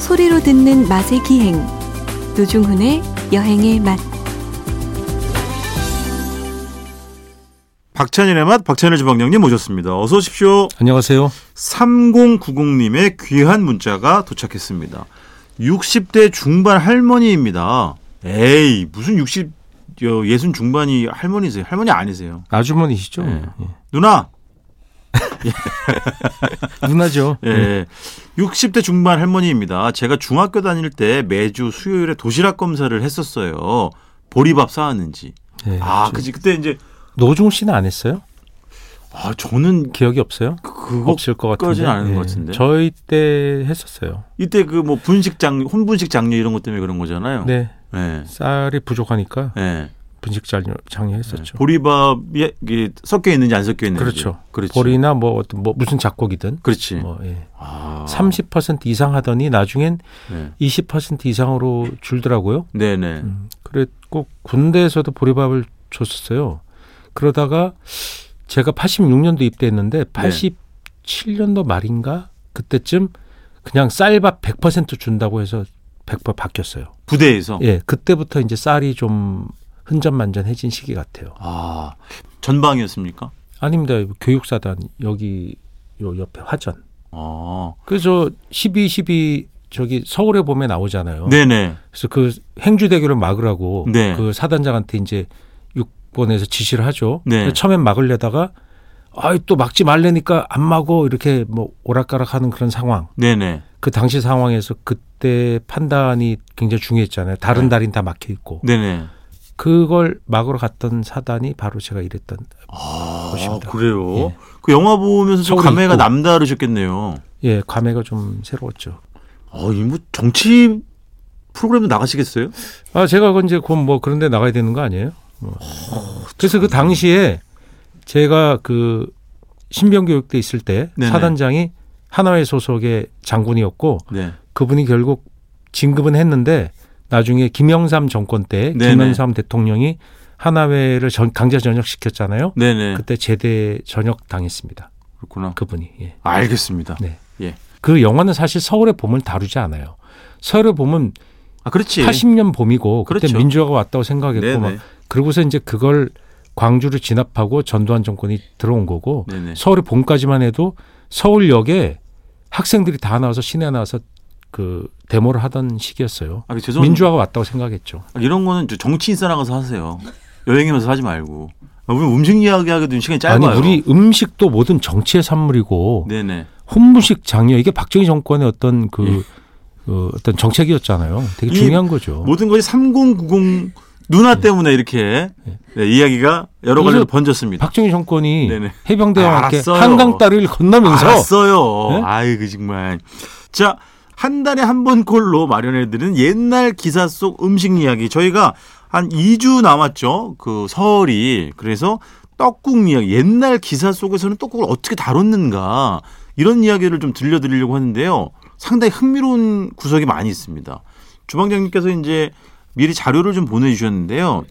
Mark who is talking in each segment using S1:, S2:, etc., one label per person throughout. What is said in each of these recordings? S1: 소리로 듣는 맛의 기행 노중훈의 여행의 맛
S2: 박찬일의 맛 박찬일 주방장님 모셨습니다. 어서 오십시오.
S3: 안녕하세요.
S2: 3090님의 귀한 문자가 도착했습니다. 60대 중반 할머니입니다. 에이 무슨 60 여, 예순 중반이 할머니세요? 할머니 아니세요?
S3: 아주머니시죠?
S2: 예. 누나.
S3: 예. 누나죠.
S2: 예.
S3: 예.
S2: 60대 중반 할머니입니다. 제가 중학교 다닐 때 매주 수요일에 도시락 검사를 했었어요. 보리밥 싸왔는지.
S3: 예.
S2: 아,
S3: 저-
S2: 그지. 그때 이제
S3: 노종 씨는 안 했어요?
S2: 아, 저는
S3: 기억이 없어요?
S2: 그거
S3: 없을 것 같은데. 예. 네.
S2: 거진 않은 것 같은데.
S3: 저희 때 했었어요.
S2: 이때 그 뭐 분식장 혼분식 장려 이런 것 때문에 그런 거잖아요.
S3: 네.
S2: 예.
S3: 쌀이 부족하니까
S2: 예.
S3: 분식 장려,
S2: 네.
S3: 장려했었죠.
S2: 보리밥이 이게 섞여 있는지 안 섞여 있는지.
S3: 그렇죠.
S2: 그렇지.
S3: 보리나 뭐 어떤 뭐 무슨 작곡이든
S2: 그렇지.
S3: 뭐 예.
S2: 네. 아.
S3: 30% 이상 하더니 나중엔
S2: 네.
S3: 20% 이상으로 줄더라고요.
S2: 네, 네.
S3: 음, 그랬고 군대에서도 보리밥을 줬었어요. 그러다가 제가 86년도 입대했는데 87년도 말인가 그때쯤 그냥 쌀밥 100% 준다고 해서 100% 바뀌었어요.
S2: 부대에서
S3: 예, 그때부터 이제 쌀이 좀 흔전만전해진 시기 같아요.
S2: 아. 전방이었습니까?
S3: 아닙니다. 교육사단 여기 요 옆에 화전.
S2: 아.
S3: 그래서 12, 12 저기 서울에 보면 나오잖아요.
S2: 네, 네.
S3: 그래서 그 행주대교를 막으라고
S2: 네.
S3: 그 사단장한테 이제 6번에서 지시를 하죠.
S2: 네.
S3: 근데 처음엔 막으려다가 아이 또 막지 말래니까 안 막어 이렇게 뭐 오락가락하는 그런 상황.
S2: 네, 네.
S3: 그 당시 상황에서 그때 판단이 굉장히 중요했잖아요. 다른
S2: 네.
S3: 달인 다 막혀 있고
S2: 네, 네.
S3: 그걸 막으러 갔던 사단이 바로 제가 이랬던
S2: 아,
S3: 것입니다.
S2: 그래요?
S3: 예.
S2: 그 영화 보면서 좀
S3: 서울이
S2: 감회가
S3: 있고.
S2: 남다르셨겠네요.
S3: 예 감회가 좀 새로웠죠.
S2: 아, 이뭐 정치 프로그램도 나가시겠어요?
S3: 아, 제가 그건 이제 그건 뭐 그런데 나가야 되는 거 아니에요? 뭐. 그래서 그 당시에 제가 그 신병교육대 있을 때
S2: 네네.
S3: 사단장이 하나회 소속의 장군이었고
S2: 네.
S3: 그분이 결국 진급은 했는데 나중에 김영삼 정권 때
S2: 네네.
S3: 김영삼 대통령이 하나회를 전- 강제 전역시켰잖아요.
S2: 네, 네.
S3: 그때 제대 전역 당했습니다.
S2: 그렇구나.
S3: 그분이. 예.
S2: 알겠습니다.
S3: 네.
S2: 예.
S3: 그 영화는 사실 서울의 봄을 다루지 않아요. 서울의 봄은
S2: 아, 그렇지.
S3: 80년 봄이고 그때
S2: 그렇죠.
S3: 민주화가 왔다고 생각했고
S2: 네,
S3: 막
S2: 네.
S3: 그러고서 이제 그걸 광주를 진압하고 전두환 정권이 들어온 거고
S2: 네, 네.
S3: 서울의 봄까지만 해도 서울역에 학생들이 다 나와서 시내 나와서 그 데모를 하던 시기였어요.
S2: 아, 죄송합니다.
S3: 민주화가 왔다고 생각했죠.
S2: 아, 이런 거는 저 정치인 사랑가서 하세요. 여행이면서 하지 말고. 아, 우리 음식 이야기 하기도 시간이 짧아요.
S3: 아니 우리 음식도 모든 정치의 산물이고
S2: 네네.
S3: 혼무식 장려 이게 박정희 정권의 어떤 그 어, 어떤 정책이었잖아요. 되게
S2: 예. 이
S3: 중요한 거죠.
S2: 모든 것이 3090 누나 때문에 이렇게 네, 이야기가 여러
S3: 그래서
S2: 가지로 번졌습니다.
S3: 박정희 정권이
S2: 네네.
S3: 해병대와 함께
S2: 알았어요.
S3: 한강 다리를 건너면서
S2: 알았어요.
S3: 네?
S2: 아이고 그 정말. 자, 한 달에 한 번 꼴로 마련해드리는 옛날 기사 속 음식 이야기. 저희가 한 2주 남았죠. 그 설이. 그래서 떡국 이야기. 옛날 기사 속에서는 떡국을 어떻게 다뤘는가. 이런 이야기를 좀 들려드리려고 하는데요. 상당히 흥미로운 구석이 많이 있습니다. 주방장님께서 이제 미리 자료를 좀 보내주셨는데요.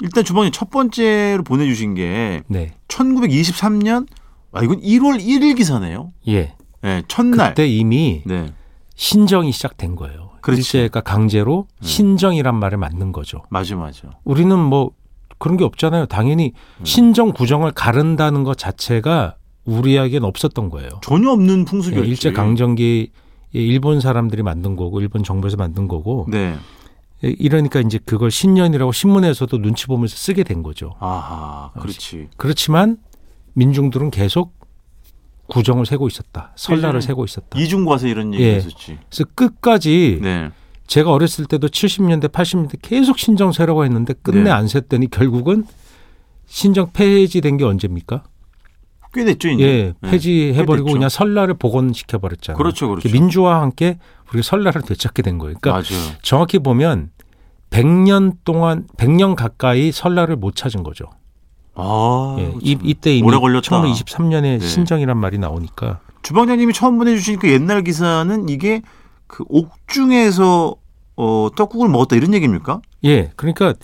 S2: 일단 주방장님 첫 번째로 보내주신 게
S3: 네.
S2: 1923년 아 이건 1월 1일 기사네요.
S3: 예.
S2: 예, 첫날.
S3: 그때 이미
S2: 네.
S3: 신정이 시작된 거예요.
S2: 그렇지.
S3: 일제가 강제로
S2: 음.
S3: 신정이란 말을 만든 거죠.
S2: 맞아 맞아.
S3: 우리는 뭐 그런 게 없잖아요. 당연히
S2: 음.
S3: 신정 구정을 가른다는 것 자체가 우리에겐 없었던 거예요.
S2: 전혀 없는
S3: 예,
S2: 풍습이었지.
S3: 일제 강점기 일본 사람들이 만든 거고 일본 정부에서 만든 거고
S2: 네.
S3: 예, 이러니까 이제 그걸 신년이라고 신문에서도 눈치 보면서 쓰게 된 거죠.
S2: 아하, 그렇지.
S3: 그렇지만 민중들은 계속 구정을 세고 있었다. 설날을
S2: 예전에
S3: 세고 있었다.
S2: 네. 이중과세 이런 얘기
S3: 예.
S2: 했었지.
S3: 그래서 끝까지
S2: 네.
S3: 제가 어렸을 때도 70년대, 80년대 계속 신정 세라고 했는데 끝내
S2: 네.
S3: 안 셌더니 결국은 신정 폐지된 게 언제입니까?
S2: 꽤 됐죠, 이제.
S3: 예,
S2: 네.
S3: 폐지해버리고
S2: 됐죠.
S3: 그냥 설날을 복원시켜 버렸잖아요.
S2: 그렇죠, 그렇죠.
S3: 민주화와 함께 우리가 설날을 되찾게 된 거예요. 그러니까
S2: 맞아요.
S3: 정확히 보면 100년 동안 100년 가까이 설날을 못 찾은 거죠.
S2: 아.
S3: 예,
S2: 참.
S3: 이, 이때 이미
S2: 오래 걸렸다.
S3: 1923년에
S2: 네.
S3: 신정이란 말이 나오니까
S2: 주방장님이 처음 보내 주신 그 옛날 기사는 이게 그 옥중에서 어, 떡국을 먹었다 이런 얘기입니까?
S3: 예, 그러니까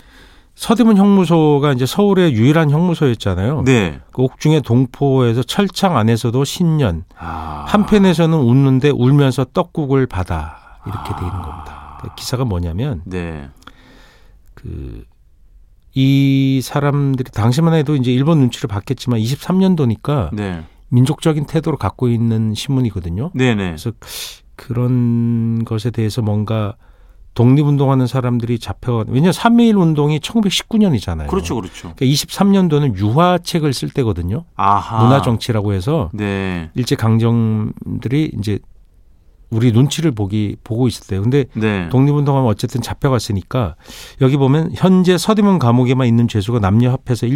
S3: 서대문 형무소가 이제 서울의 유일한 형무소였잖아요.
S2: 네.
S3: 그 옥중의 동포에서 철창 안에서도 신년
S2: 아.
S3: 한편에서는 웃는데 울면서 떡국을 받아 이렇게 돼 있는 겁니다. 기사가 뭐냐면
S2: 네.
S3: 그 이 사람들이 당시만 해도 이제 일본 눈치를 봤겠지만 23년도니까
S2: 네.
S3: 민족적인 태도를 갖고 있는 신문이거든요.
S2: 네, 네.
S3: 그래서 그런 것에 대해서 뭔가 독립운동하는 사람들이 잡혀 왜냐 3.1 운동이 1919년이잖아요.
S2: 그렇죠, 그렇죠.
S3: 23년도는 유화책을 쓸 때거든요.
S2: 아하.
S3: 문화 정치라고 해서
S2: 네.
S3: 일제 강점들이 이제 우리 눈치를 보기 보고 있을 때. 근데
S2: 네.
S3: 독립운동하면 어쨌든 잡혀갔으니까 여기 보면 현재 서대문 감옥에만 있는 죄수가 남녀 합해서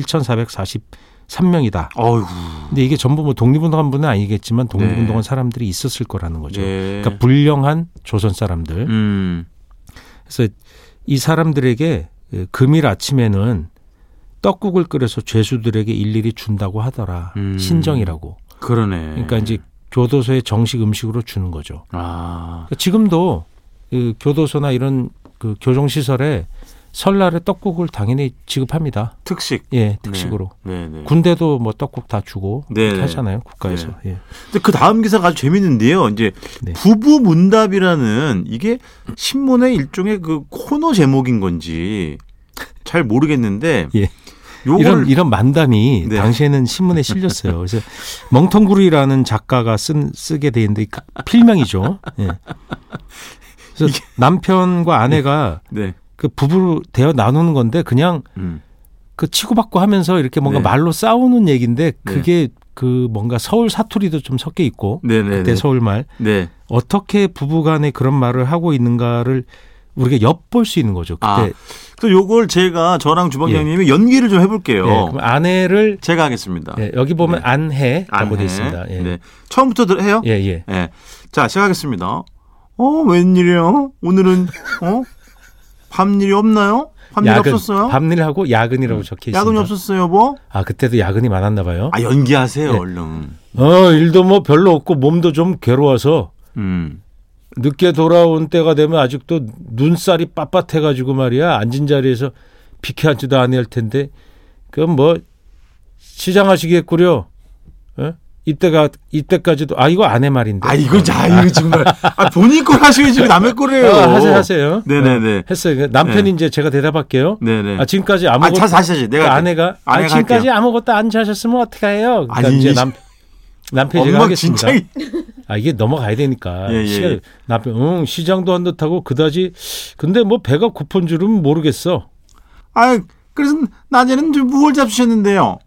S3: 1,443명이다.
S2: 어이구.
S3: 근데 이게 전부 뭐 독립운동한 분은 아니겠지만 독립운동한 사람들이 있었을 거라는 거죠.
S2: 네.
S3: 그러니까 불량한 조선 사람들.
S2: 음.
S3: 그래서 이 사람들에게 그 금일 아침에는 떡국을 끓여서 죄수들에게 일일이 준다고 하더라.
S2: 음.
S3: 신정이라고.
S2: 그러네.
S3: 그러니까 이제 교도소에 정식 음식으로 주는 거죠.
S2: 아.
S3: 그러니까 지금도 그 교도소나 이런 그 교정 시설에 설날에 떡국을 당연히 지급합니다.
S2: 특식.
S3: 예, 특식으로.
S2: 네, 네.
S3: 군대도 뭐 떡국 다 주고
S2: 네, 네.
S3: 하잖아요, 국가에서. 예.
S2: 근데 그 다음 기사가 아주 재밌는데요. 이제
S3: 네.
S2: 부부 문답이라는 이게 신문의 일종의 그 코너 제목인 건지 잘 모르겠는데
S3: 예.
S2: 요걸
S3: 이런 이런 만담이
S2: 네.
S3: 당시에는 신문에 실렸어요. 그래서 멍텅구리라는 작가가 쓴 쓰게 돼 있는데 그 필명이죠. 예. 그래서 남편과 아내가
S2: 네.
S3: 그 부부로 대화 나누는 건데 그냥
S2: 음.
S3: 그 치고받고 하면서 이렇게 뭔가
S2: 네.
S3: 말로 싸우는 얘기인데 그게 그 뭔가 서울 사투리도 좀 섞여 있고
S2: 네, 네,
S3: 그때
S2: 네.
S3: 서울말
S2: 네.
S3: 어떻게 부부간에 그런 말을 하고 있는가를 우리가 엿볼 수 있는 거죠. 그때 예,
S2: 아, 그래서 요걸 제가 저랑 주방장님이 연기를 좀 해볼게요.
S3: 예, 그럼 아내를
S2: 제가 하겠습니다.
S3: 예, 여기 보면
S2: 네.
S3: 안해라고
S2: 안해.
S3: 돼 있습니다. 예.
S2: 네. 처음부터 들 해요?
S3: 예, 예.
S2: 예. 자, 시작하겠습니다. 어, 웬일이야? 오늘은, 어? 밤일이 없나요? 밤일 없었어요? 음,
S3: 밤일하고 야근이라고 적혀 있습니다.
S2: 야근이 없었어요, 여보?
S3: 아, 그때도 야근이 많았나 봐요.
S2: 아, 연기하세요,
S3: 네.
S2: 얼른.
S3: 어, 일도 뭐 별로 없고 몸도 좀 괴로워서
S2: 음.
S3: 네. 늦게 돌아온 때가 되면 아직도 눈살이 빳빳해 가지고 말이야. 앉은 자리에서 비켜 앉지도 않을 텐데. 그럼 뭐 시장하시겠구려. 어? 이때가 이때까지도 아 이거 아내 말인데.
S2: 아, 이거, 자, 이거 정말. 아, 본인 걸 하시지, 왜 남의 거래요.
S3: 아, 하세요 하세요.
S2: 네네네.
S3: 어, 했어요. 남편이
S2: 네.
S3: 이제 제가 대답할게요.
S2: 네네.
S3: 아 지금까지
S2: 아,
S3: 아무것도
S2: 자, 다시, 다시. 내가. 할게.
S3: 아내가 아
S2: 아내가
S3: 지금까지
S2: 할게요.
S3: 아무것도 안 자셨으면 어떻게 해요? 그러니까
S2: 아니,
S3: 이제 남 남편이 제가 하겠습니다.
S2: 엉망진창이.
S3: 아 이게 넘어가야 되니까
S2: 예, 예,
S3: 시간-
S2: 예.
S3: 남편 응 시장도 안 듯하고 그다지 근데 뭐 배가 고픈 줄은 모르겠어.
S2: 아, 그래서 낮에는 좀 무얼 잡수셨는데요.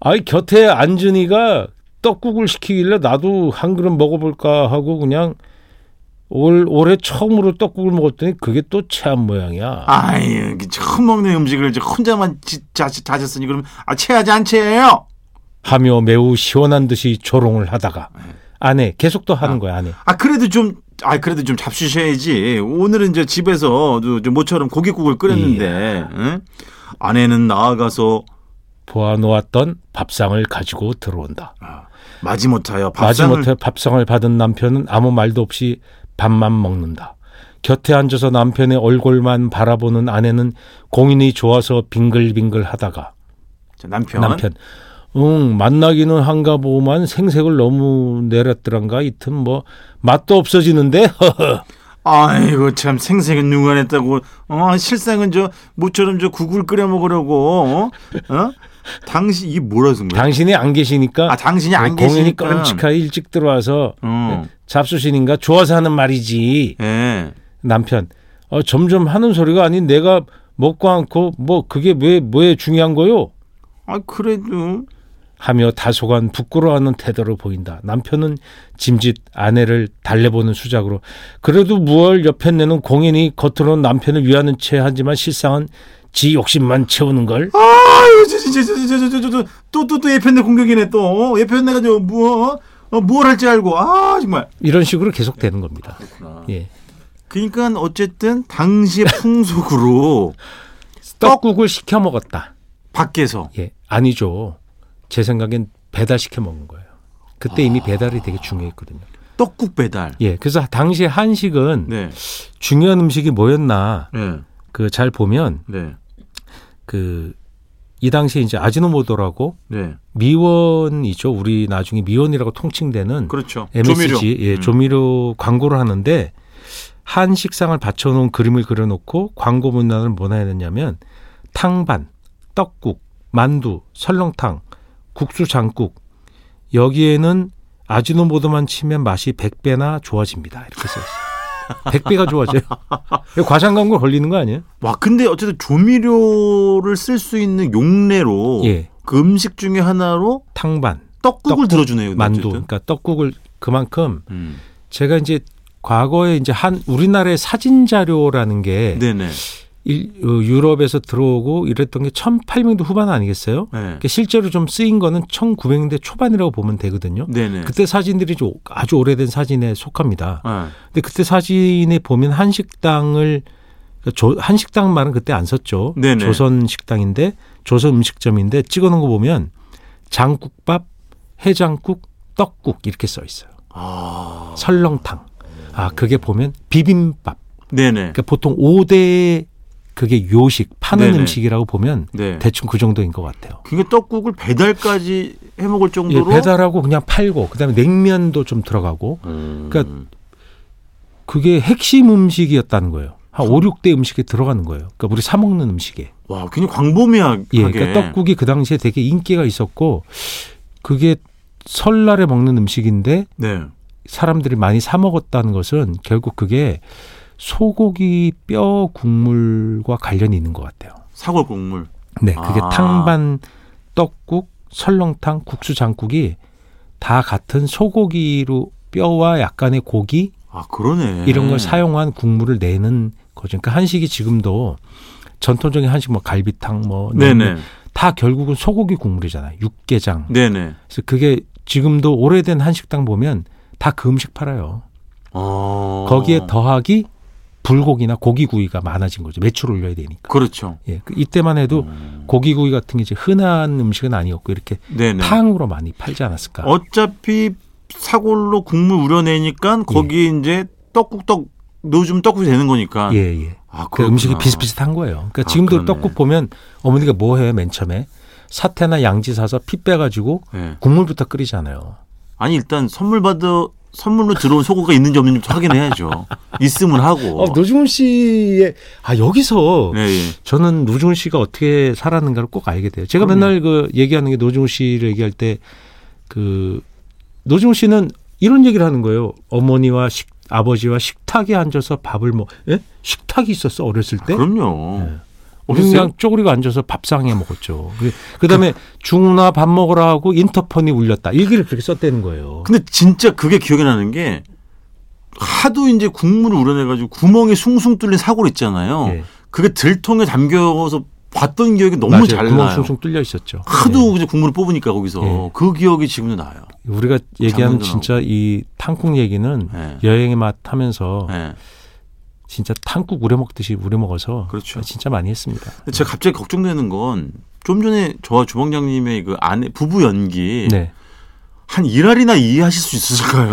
S3: 아이 곁에 안준이가 떡국을 시키길래 나도 한 그릇 먹어볼까 하고 그냥 올 올해 처음으로 떡국을 먹었더니 그게 또 체한 모양이야.
S2: 아유, 이게 그 처음 먹는 음식을 이제 혼자만 지- 자, 자- 자셨으니 그럼 아 체하지 안 체해요?
S3: 하며 매우 시원한 듯이 조롱을 하다가 아내 계속 또 하는 거야 아내.
S2: 네. 아 그래도 좀, 아 그래도 좀 잡수셔야지. 오늘은 이제 집에서 저- 저 모처럼 고깃국을 끓였는데
S3: 예.
S2: 응? 아내는 나아가서
S3: 보아놓았던 밥상을 가지고 들어온다.
S2: 아, 마지못하여 밥상을
S3: 마지못해 밥상을 받은 남편은 아무 말도 없이 밥만 먹는다. 곁에 앉아서 남편의 얼굴만 바라보는 아내는 공인이 좋아서 빙글빙글 하다가
S2: 자, 남편.
S3: 남편 응 만나기는 한가 보만 생색을 너무 내렸더란가 이틈 뭐 맛도 없어지는데 허허.
S2: 아이고 참 생색은 누가 냈다고. 어 실상은 저 모처럼 저 국을 끓여 먹으려고. 어? 어? 당신 이게 뭐라 쓴 거야?
S3: 당신이 안 계시니까
S2: 아 당신이 안
S3: 공인이
S2: 계시니까.
S3: 깜찍하게 일찍 들어와서
S2: 어.
S3: 잡수신인가 좋아서 하는 말이지
S2: 예.
S3: 남편 어, 점점 하는 소리가 아닌 내가 먹고 않고 뭐 그게 왜 뭐에 중요한 거요?
S2: 아 그래도
S3: 하며 다소간 부끄러워하는 태도로 보인다. 남편은 짐짓 아내를 달래보는 수작으로 그래도 무얼 옆에 내는 공인이 겉으로는 남편을 위하는 채 하지만 실상은 지 욕심만 채우는 걸.
S2: 아유, 저, 저, 저, 저, 저, 저, 저, 저, 저, 또, 또, 또 예편대 공격이네, 또. 어, 예편대가 저, 뭐, 어, 뭘 할지 알고. 아, 정말.
S3: 이런 식으로 계속되는 겁니다. 예.
S2: 그러니까 어쨌든 당시의 풍속으로
S3: 떡국을 시켜 먹었다.
S2: 밖에서.
S3: 예. 아니죠. 제 생각엔 배달 시켜 먹은 거예요. 그때 이미 배달이 되게 중요했거든요.
S2: 떡국 배달.
S3: 예. 그래서 당시 한식은
S2: 네.
S3: 중요한 음식이 뭐였나
S2: 네.
S3: 그 잘 보면
S2: 네.
S3: 그 이 당시에 이제 아지노모토라고
S2: 네.
S3: 미원이죠. 우리 나중에 미원이라고 통칭되는
S2: 그렇죠.
S3: MSG
S2: 조미료.
S3: 예,
S2: 음.
S3: 조미료 광고를 하는데 한식상을 받쳐놓은 그림을 그려놓고 광고 문단을 뭐나 해놨냐면 탕반, 떡국, 만두, 설렁탕, 국수 장국 여기에는 아지노모도만 치면 맛이 100배나 좋아집니다. 이렇게 써 있어요. 100배가 좋아져요. 이거 과장 광고 걸리는 거 아니에요?
S2: 와 근데 어쨌든 조미료를 쓸 수 있는 용례로
S3: 예.
S2: 그 음식 중에 하나로
S3: 탕반,
S2: 떡국을 네, 들어주네요. 근데
S3: 만두.
S2: 어쨌든.
S3: 그러니까 떡국을 그만큼
S2: 음.
S3: 제가 이제 과거에 이제 한 우리나라의 사진 자료라는 게
S2: 네네.
S3: 일- 어, 유럽에서 들어오고 이랬던 게 1800년대 후반 아니겠어요?
S2: 네.
S3: 그러니까 실제로 좀 쓰인 거는 1900년대 초반이라고 보면 되거든요.
S2: 네네.
S3: 그때 사진들이 좀 아주 오래된 사진에 속합니다.
S2: 네.
S3: 근데 그때 사진에 보면 한식당을 그러니까 조- 한식당 말은 그때 안 썼죠.
S2: 네네.
S3: 조선 식당인데 조선 음식점인데 찍어놓은 거 보면 장국밥, 해장국, 떡국 이렇게 써 있어요.
S2: 아.
S3: 설렁탕. 아 그게 보면 비빔밥.
S2: 네네.
S3: 그러니까 보통 5대 그게 요식 파는
S2: 네네.
S3: 음식이라고 보면
S2: 네.
S3: 대충 그 정도인 것 같아요.
S2: 그게 떡국을 배달까지 해 먹을
S3: 예,
S2: 정도로.
S3: 배달하고 그냥 팔고 그다음에 냉면도 좀 들어가고
S2: 음.
S3: 그러니까 그게 핵심 음식이었다는 거예요. 한 5, 6대 음식에 들어가는 거예요. 그러니까 우리 사 먹는 음식에.
S2: 와 굉장히 광범위하게.
S3: 예, 그러니까 떡국이 그 당시에 되게 인기가 있었고 그게 설날에 먹는 음식인데
S2: 네.
S3: 사람들이 많이 사 먹었다는 것은 결국 그게 소고기 뼈 국물과 관련이 있는 것 같아요.
S2: 사골 국물.
S3: 네, 그게
S2: 아.
S3: 탕반, 떡국, 설렁탕, 국수 장국이 다 같은 소고기로 뼈와 약간의 고기
S2: 아 그러네.
S3: 이런 걸 사용한 국물을 내는 거죠. 그러니까 한식이 지금도 전통적인 한식 뭐 갈비탕 뭐 냉면
S2: 네네.
S3: 다 결국은 소고기 국물이잖아요. 육개장.
S2: 네네.
S3: 그래서 그게 지금도 오래된 한식당 보면 다 그 음식 팔아요.
S2: 어.
S3: 거기에 더하기 불고기나 고기구이가 많아진 거죠. 매출 올려야 되니까.
S2: 그렇죠.
S3: 예, 그 이때만 해도
S2: 음.
S3: 고기구이 같은 게 이제 흔한 음식은 아니었고 이렇게
S2: 네네.
S3: 탕으로 많이 팔지 않았을까?
S2: 어차피 사골로 국물 우려내니까 거기에 이제 떡국떡 넣어주면 떡국이 되는 거니까.
S3: 예, 예.
S2: 아,
S3: 그
S2: 그렇구나.
S3: 음식이 비슷비슷한 거예요. 그러니까
S2: 아,
S3: 지금도
S2: 그러네.
S3: 떡국 보면 어머니가 뭐 해, 맨 처음에? 사태나 양지 사서 피 빼가지고
S2: 예.
S3: 국물부터 끓이잖아요.
S2: 아니 일단 선물 받아 선물로 들어온 소고기가 있는지 없는지 확인해야죠. 있으면 하고.
S3: 아, 노중훈 씨의, 아, 여기서
S2: 어, 네, 예.
S3: 저는 노중훈 씨가 어떻게 살았는가를 꼭 알게 돼요. 제가
S2: 그럼요.
S3: 맨날 그 얘기하는 게 노중훈 씨를 얘기할 때 그, 노중훈 씨는 이런 얘기를 하는 거예요. 어머니와 식, 아버지와 식탁에 앉아서 밥을 먹, 예? 식탁이 있었어, 어렸을 때?
S2: 아, 그럼요.
S3: 네. 우리는
S2: 어렸어요?
S3: 그냥 쪼그리고 앉아서 밥상에 먹었죠. 그 다음에 중우나 밥 먹으라 하고 인터폰이 울렸다. 일기를 그렇게 썼다는 거예요.
S2: 근데 진짜 그게 기억이 나는 게 하도 이제 국물을 우려내가지고 구멍이 숭숭 뚫린 사골 있잖아요.
S3: 예.
S2: 그게 들통에 담겨서 봤던 기억이 너무
S3: 맞아요.
S2: 잘
S3: 구멍
S2: 나요.
S3: 숭숭 뚫려 있었죠.
S2: 하도 이제 국물을 뽑으니까 거기서
S3: 예.
S2: 그 기억이 지금도 나요.
S3: 예. 우리가 얘기하는
S2: 장면도
S3: 진짜 이 탕국 얘기는
S2: 예.
S3: 여행의 맛 하면서
S2: 예.
S3: 진짜 탕국 우려 먹듯이 우려 먹어서
S2: 그렇죠.
S3: 진짜 많이 했습니다.
S2: 근데 제가 갑자기 걱정되는 건 좀 전에 저와 주방장님의 그 아내 부부 연기
S3: 네.
S2: 한 1할이나 이해하실 수 있으실까요?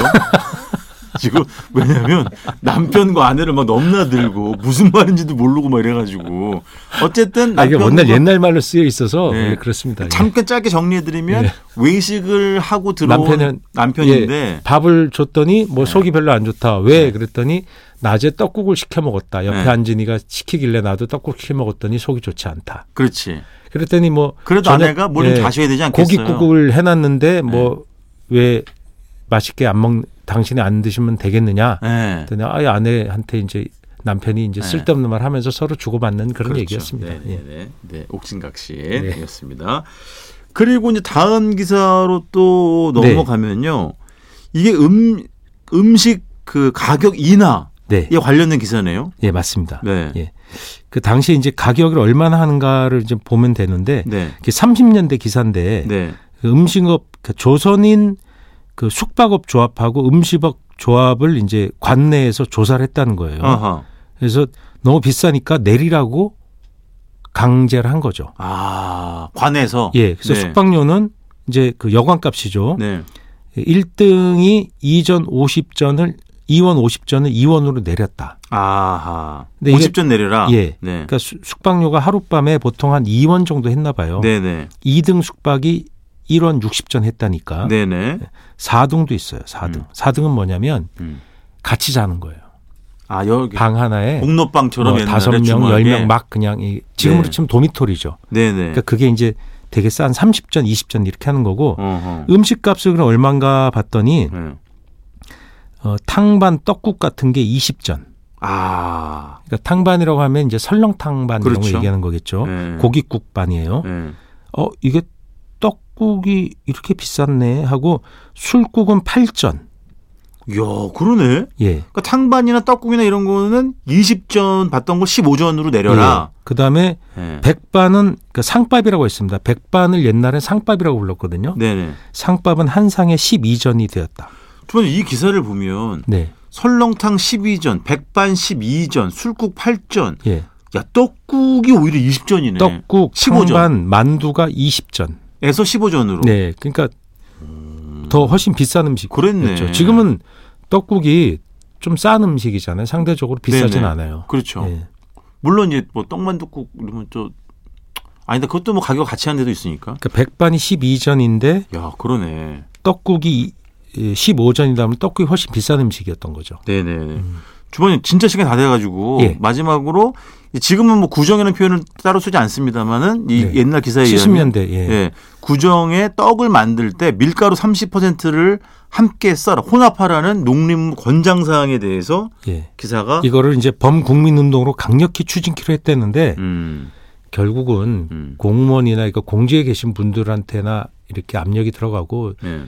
S2: 지금 왜냐하면 남편과 아내를 막 넘나들고 무슨 말인지도 모르고 막 이래가지고 어쨌든
S3: 아, 이게
S2: 남편과
S3: 원래 옛날 말로 쓰여 있어서
S2: 예.
S3: 예, 그렇습니다. 예.
S2: 잠깐 짧게 정리해드리면
S3: 예.
S2: 외식을 하고 들어온
S3: 남편은-
S2: 남편, 인데 네.
S3: 예, 밥을 줬더니 뭐 속이 별로 안 좋다. 왜? 그랬더니 낮에 떡국을 시켜 먹었다. 옆에
S2: 네.
S3: 앉은 이가 시키길래 나도 떡국 시켜 먹었더니 속이 좋지 않다.
S2: 그렇지.
S3: 그랬더니 뭐
S2: 그래도
S3: 저녁-
S2: 아내가 뭘 좀
S3: 예,
S2: 다셔야 되지 않겠어요? 네.
S3: 고깃국을 해놨는데 뭐 왜 맛있게 안 먹? 당신이 안 드시면 되겠느냐?
S2: 예.
S3: 그랬더니 아예 아내한테 이제 남편이 이제
S2: 네.
S3: 쓸데없는 말 하면서 서로 주고받는 그런
S2: 그렇죠.
S3: 얘기였습니다.
S2: 네,
S3: 예.
S2: 네, 네. 네, 옥신각신이었습니다. 그리고 이제 다음 기사로 또
S3: 네.
S2: 넘어가면요. 이게 음 음식 그 가격 인하에
S3: 네.
S2: 관련된 기사네요.
S3: 예, 맞습니다.
S2: 네.
S3: 예. 그 당시에 이제 가격을 얼마나 하는가를 이제 보면 되는데
S2: 네.
S3: 이게 30년대 기사인데
S2: 네.
S3: 그 음식업 그 조선인 그 숙박업 조합하고 음식업 조합을 이제 관내에서 조사를 했다는 거예요.
S2: 아하.
S3: 그래서 너무 비싸니까 내리라고 강제를 한 거죠.
S2: 아, 관에서
S3: 예. 그래서
S2: 네.
S3: 숙박료는 이제 그 여관값이죠.
S2: 네.
S3: 1등이 2전 50전을 2원 50전을 2원으로 내렸다.
S2: 아하.
S3: 근데 네, 이게-
S2: 50전 내려라.
S3: 예.
S2: 네.
S3: 그러니까 수- 숙박료가 하룻밤에 보통 한 2원 정도 했나 봐요.
S2: 네, 네.
S3: 2등 숙박이 1원 60전 했다니까.
S2: 네, 네.
S3: 4등도 있어요. 4등.
S2: 음.
S3: 4등은 뭐냐면
S2: 음.
S3: 같이 자는 거예요.
S2: 아 여기
S3: 방 하나에
S2: 공로빵처럼
S3: 뭐
S2: 옛날에
S3: 다섯 명,
S2: 주말에.
S3: 열 명 막 그냥 이 지금으로
S2: 네.
S3: 치면 도미토리죠.
S2: 네네.
S3: 그러니까 그게 이제 되게 싼 30전, 20전 이렇게 하는
S2: 음.
S3: 거고
S2: 어허.
S3: 음식값을 그럼 얼마인가 봤더니
S2: 네.
S3: 어, 탕반 떡국 같은 게 20전.
S2: 아.
S3: 그러니까 탕반이라고 하면 이제 설렁탕반 이런
S2: 그렇죠.
S3: 거 얘기하는 거겠죠.
S2: 네.
S3: 고깃국반이에요.
S2: 네.
S3: 어 이게 떡국이 이렇게 비쌌네 하고 술국은 8전.
S2: 이야 그러네.
S3: 예.
S2: 그러니까 탕반이나 떡국이나 이런 거는 20전 받던 걸 15전으로 내려라.
S3: 예. 그다음에
S2: 네.
S3: 백반은 그 상밥이라고 했습니다. 백반을 옛날에 상밥이라고 불렀거든요.
S2: 네네.
S3: 상밥은 한 상에 12전이 되었다.
S2: 저는 이 기사를 보면
S3: 네.
S2: 설렁탕 12전, 백반 12전, 술국 8전.
S3: 예.
S2: 야 떡국이 오히려 20전이네.
S3: 떡국,
S2: 15전.
S3: 탕반, 만두가 20전.
S2: 에서 15전으로.
S3: 네. 그러니까 더 훨씬 비싼 음식.
S2: 그랬네.
S3: 죠 그렇죠. 지금은 떡국이 좀 싼 음식이잖아요. 상대적으로 비싸진
S2: 네네.
S3: 않아요.
S2: 그렇죠.
S3: 예.
S2: 물론 이제 뭐 떡만둣국 이러면 또 아니다 그것도 뭐 가격 같이 하는 데도 있으니까.
S3: 그러니까 백반이 12전인데
S2: 야 그러네.
S3: 떡국이 15전이다 하면 떡국이 훨씬 비싼 음식이었던 거죠.
S2: 네네. 주방님 진짜 시간 다 돼가지고
S3: 예.
S2: 마지막으로 지금은 뭐 구정이라는 표현을 따로 쓰지 않습니다만은 이
S3: 네.
S2: 옛날 기사에 의하면
S3: 70년대. 예.
S2: 예. 구정에 떡을 만들 때 밀가루 30%를 함께 썰어 혼합하라는 농림 권장 사항에 대해서
S3: 예.
S2: 기사가
S3: 이거를 이제 범국민운동으로 강력히 추진키로 했대는데
S2: 음,
S3: 결국은
S2: 음,
S3: 공무원이나 이거 공직에 계신 분들한테나 이렇게 압력이 들어가고
S2: 네.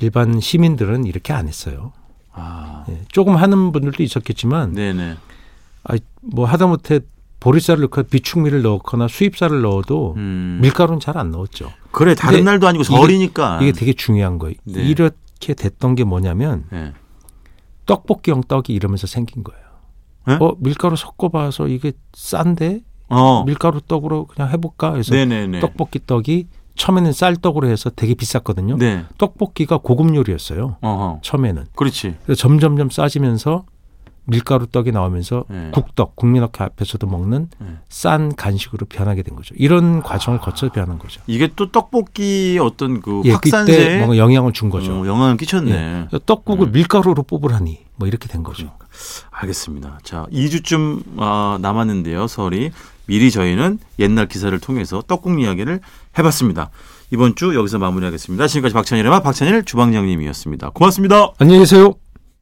S3: 일반 시민들은 이렇게 안 했어요.
S2: 아,
S3: 예, 조금 하는 분들도 있었겠지만
S2: 네네.
S3: 아이, 뭐 하다못해 보리쌀을 넣거나 비축미를 넣거나 수입쌀을 넣어도
S2: 음.
S3: 밀가루는 잘 안 넣었죠.
S2: 그래 다른
S3: 근데
S2: 날도 아니고
S3: 이게-
S2: 절이니까.
S3: 이게 되게 중요한 거예요.
S2: 네.
S3: 이렇게 됐던 게 뭐냐면
S2: 예.
S3: 떡볶이형 떡이 이러면서 생긴 거예요.
S2: 네?
S3: 어 밀가루 섞어봐서 이게 싼데
S2: 어.
S3: 밀가루 떡으로 그냥 해볼까 해서
S2: 네네네.
S3: 떡볶이 떡이 처음에는 쌀떡으로 해서 되게 비쌌거든요.
S2: 네.
S3: 떡볶이가 고급 요리였어요.
S2: 어허.
S3: 처음에는.
S2: 그렇지.
S3: 그래서 점점점 싸지면서 밀가루 떡이 나오면서
S2: 네.
S3: 국떡, 국민학교 앞에서도 먹는
S2: 네.
S3: 싼 간식으로 변하게 된 거죠. 이런 과정을 거쳐 변한 거죠.
S2: 이게 또 떡볶이 어떤 그
S3: 예, 그때
S2: 확산세에
S3: 뭔가 영향을 준 거죠. 예.
S2: 어, 영향을 끼쳤네.
S3: 떡국을
S2: 음.
S3: 밀가루로 뽑으라니 뭐 이렇게 된 거죠.
S2: 알겠습니다. 자, 2주쯤 아, 남았는데요, 설이. 미리 저희는 옛날 기사를 통해서 떡국 이야기를 해봤습니다. 이번 주 여기서 마무리하겠습니다. 지금까지 박찬일의 맛 박찬일 주방장님이었습니다. 고맙습니다.
S3: 안녕히 계세요.